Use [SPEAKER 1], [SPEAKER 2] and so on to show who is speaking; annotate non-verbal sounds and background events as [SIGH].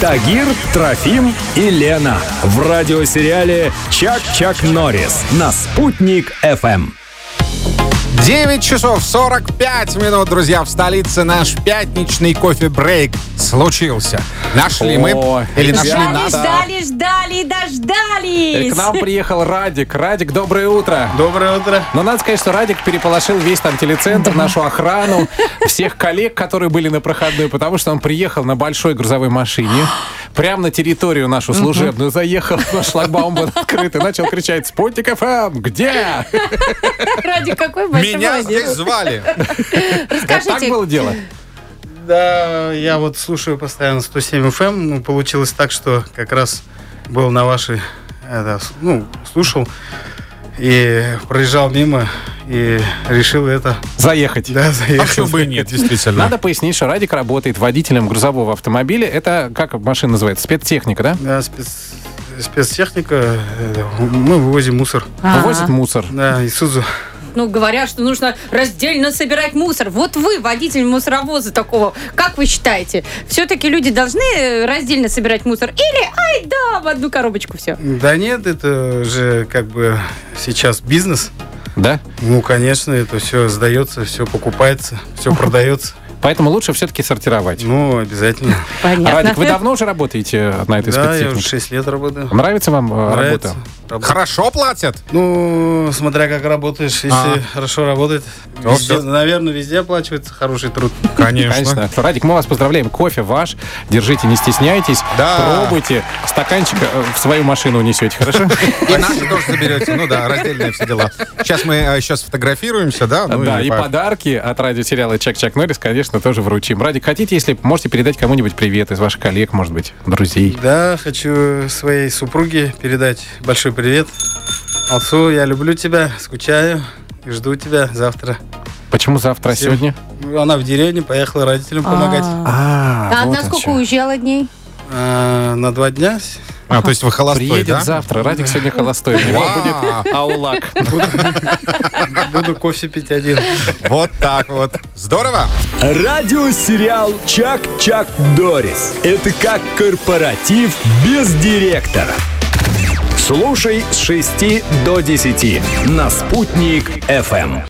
[SPEAKER 1] Тагир, Трофим и Лена в радиосериале «Чак-Чак Норрис» на «Спутник FM.
[SPEAKER 2] 9 часов 45 минут, друзья, в столице наш пятничный кофе-брейк случился. Нашли мы
[SPEAKER 3] Ой,
[SPEAKER 2] или нашли
[SPEAKER 3] ребята.
[SPEAKER 2] нас.
[SPEAKER 4] ждали, ждали, ждали и дождались.
[SPEAKER 3] К нам приехал Радик. Радик, доброе утро.
[SPEAKER 5] Доброе утро.
[SPEAKER 3] Но надо сказать, что Радик переполошил весь там телецентр, нашу охрану, всех коллег, которые были на проходной, потому что он приехал на большой грузовой машине, прямо на территорию нашу служебную заехал, [LAUGHS] но шлагбаум был открыт и начал кричать «Спутник ФМ, где?»
[SPEAKER 4] Ради какой большой
[SPEAKER 2] Меня
[SPEAKER 4] молодец.
[SPEAKER 2] здесь звали.
[SPEAKER 3] Вот так
[SPEAKER 4] Расскажите,
[SPEAKER 3] было дело.
[SPEAKER 5] Да, я вот слушаю постоянно 107 FM. Ну, получилось так, что как раз был на вашей... это, с- ну, слушал и проезжал мимо и решил это... [LAUGHS]
[SPEAKER 3] Заехать.
[SPEAKER 5] Да, заехал.
[SPEAKER 2] бы и нет, действительно.
[SPEAKER 3] Надо пояснить, что Радик работает водителем грузового автомобиля. Это, как машина называется, спецтехника, да?
[SPEAKER 5] Да, спец- спецтехника. э, Мы вывозим мусор.
[SPEAKER 3] Вывозит мусор.
[SPEAKER 5] Да, Исузу.
[SPEAKER 4] ну, говорят, что нужно раздельно собирать мусор. Вот вы, водитель мусоровоза такого, как вы считаете, все-таки люди должны э, раздельно собирать мусор? Или, ай да, в одну коробочку все?
[SPEAKER 5] Да нет, это же как бы сейчас бизнес.
[SPEAKER 3] Да?
[SPEAKER 5] Ну, конечно, это все сдается, все покупается, все продается.
[SPEAKER 3] Поэтому лучше все-таки сортировать.
[SPEAKER 5] Ну, обязательно.
[SPEAKER 4] Понятно.
[SPEAKER 3] Радик, вы давно уже работаете на этой
[SPEAKER 5] Да, я уже
[SPEAKER 3] спецтехнике?
[SPEAKER 5] 6 лет работаю.
[SPEAKER 3] Нравится вам э,
[SPEAKER 5] Нравится.
[SPEAKER 3] работа?
[SPEAKER 5] Работа.
[SPEAKER 2] Хорошо платят?
[SPEAKER 5] Ну, смотря как работаешь, если
[SPEAKER 2] А.
[SPEAKER 5] хорошо работает.
[SPEAKER 2] Ну,
[SPEAKER 5] везде-
[SPEAKER 2] всё.
[SPEAKER 5] наверное, везде оплачивается хороший труд.
[SPEAKER 3] Конечно. Радик, мы вас поздравляем. Кофе ваш. Держите, не стесняйтесь.
[SPEAKER 2] Да.
[SPEAKER 3] Пробуйте. Стаканчик э, в свою машину унесете, [LAUGHS] хорошо?
[SPEAKER 2] И А наши тоже заберете. Ну да, раздельные все дела. Сейчас мы э, сейчас сфотографируемся, да? Ну,
[SPEAKER 3] Да, и
[SPEAKER 2] по-
[SPEAKER 3] подарки от радиосериала «Чак-Чак Норрис», конечно, тоже вручим. Радик, хотите, если можете передать кому-нибудь привет из ваших коллег, может быть, друзей?
[SPEAKER 5] Да, хочу своей супруге передать большой привет. Алсу, я люблю тебя, скучаю и жду тебя завтра.
[SPEAKER 3] Почему завтра, а
[SPEAKER 5] Всем.
[SPEAKER 3] сегодня?
[SPEAKER 5] Она в деревне, поехала родителям помогать.
[SPEAKER 3] А,
[SPEAKER 4] А
[SPEAKER 3] вот
[SPEAKER 4] на
[SPEAKER 3] он
[SPEAKER 4] сколько
[SPEAKER 3] чё.
[SPEAKER 4] уезжала дней?
[SPEAKER 5] А, на два дня.
[SPEAKER 2] А, то есть вы холостой,
[SPEAKER 3] Приедет
[SPEAKER 2] да?
[SPEAKER 3] завтра. Радик сегодня холостой. У него будет
[SPEAKER 2] А,
[SPEAKER 3] аулак.
[SPEAKER 5] Буду кофе пить один.
[SPEAKER 2] Вот так вот. Здорово.
[SPEAKER 1] Радиосериал «Чак-Чак Дорис» – это как корпоратив без директора. Слушай с 6 до 10 на «Спутник FM.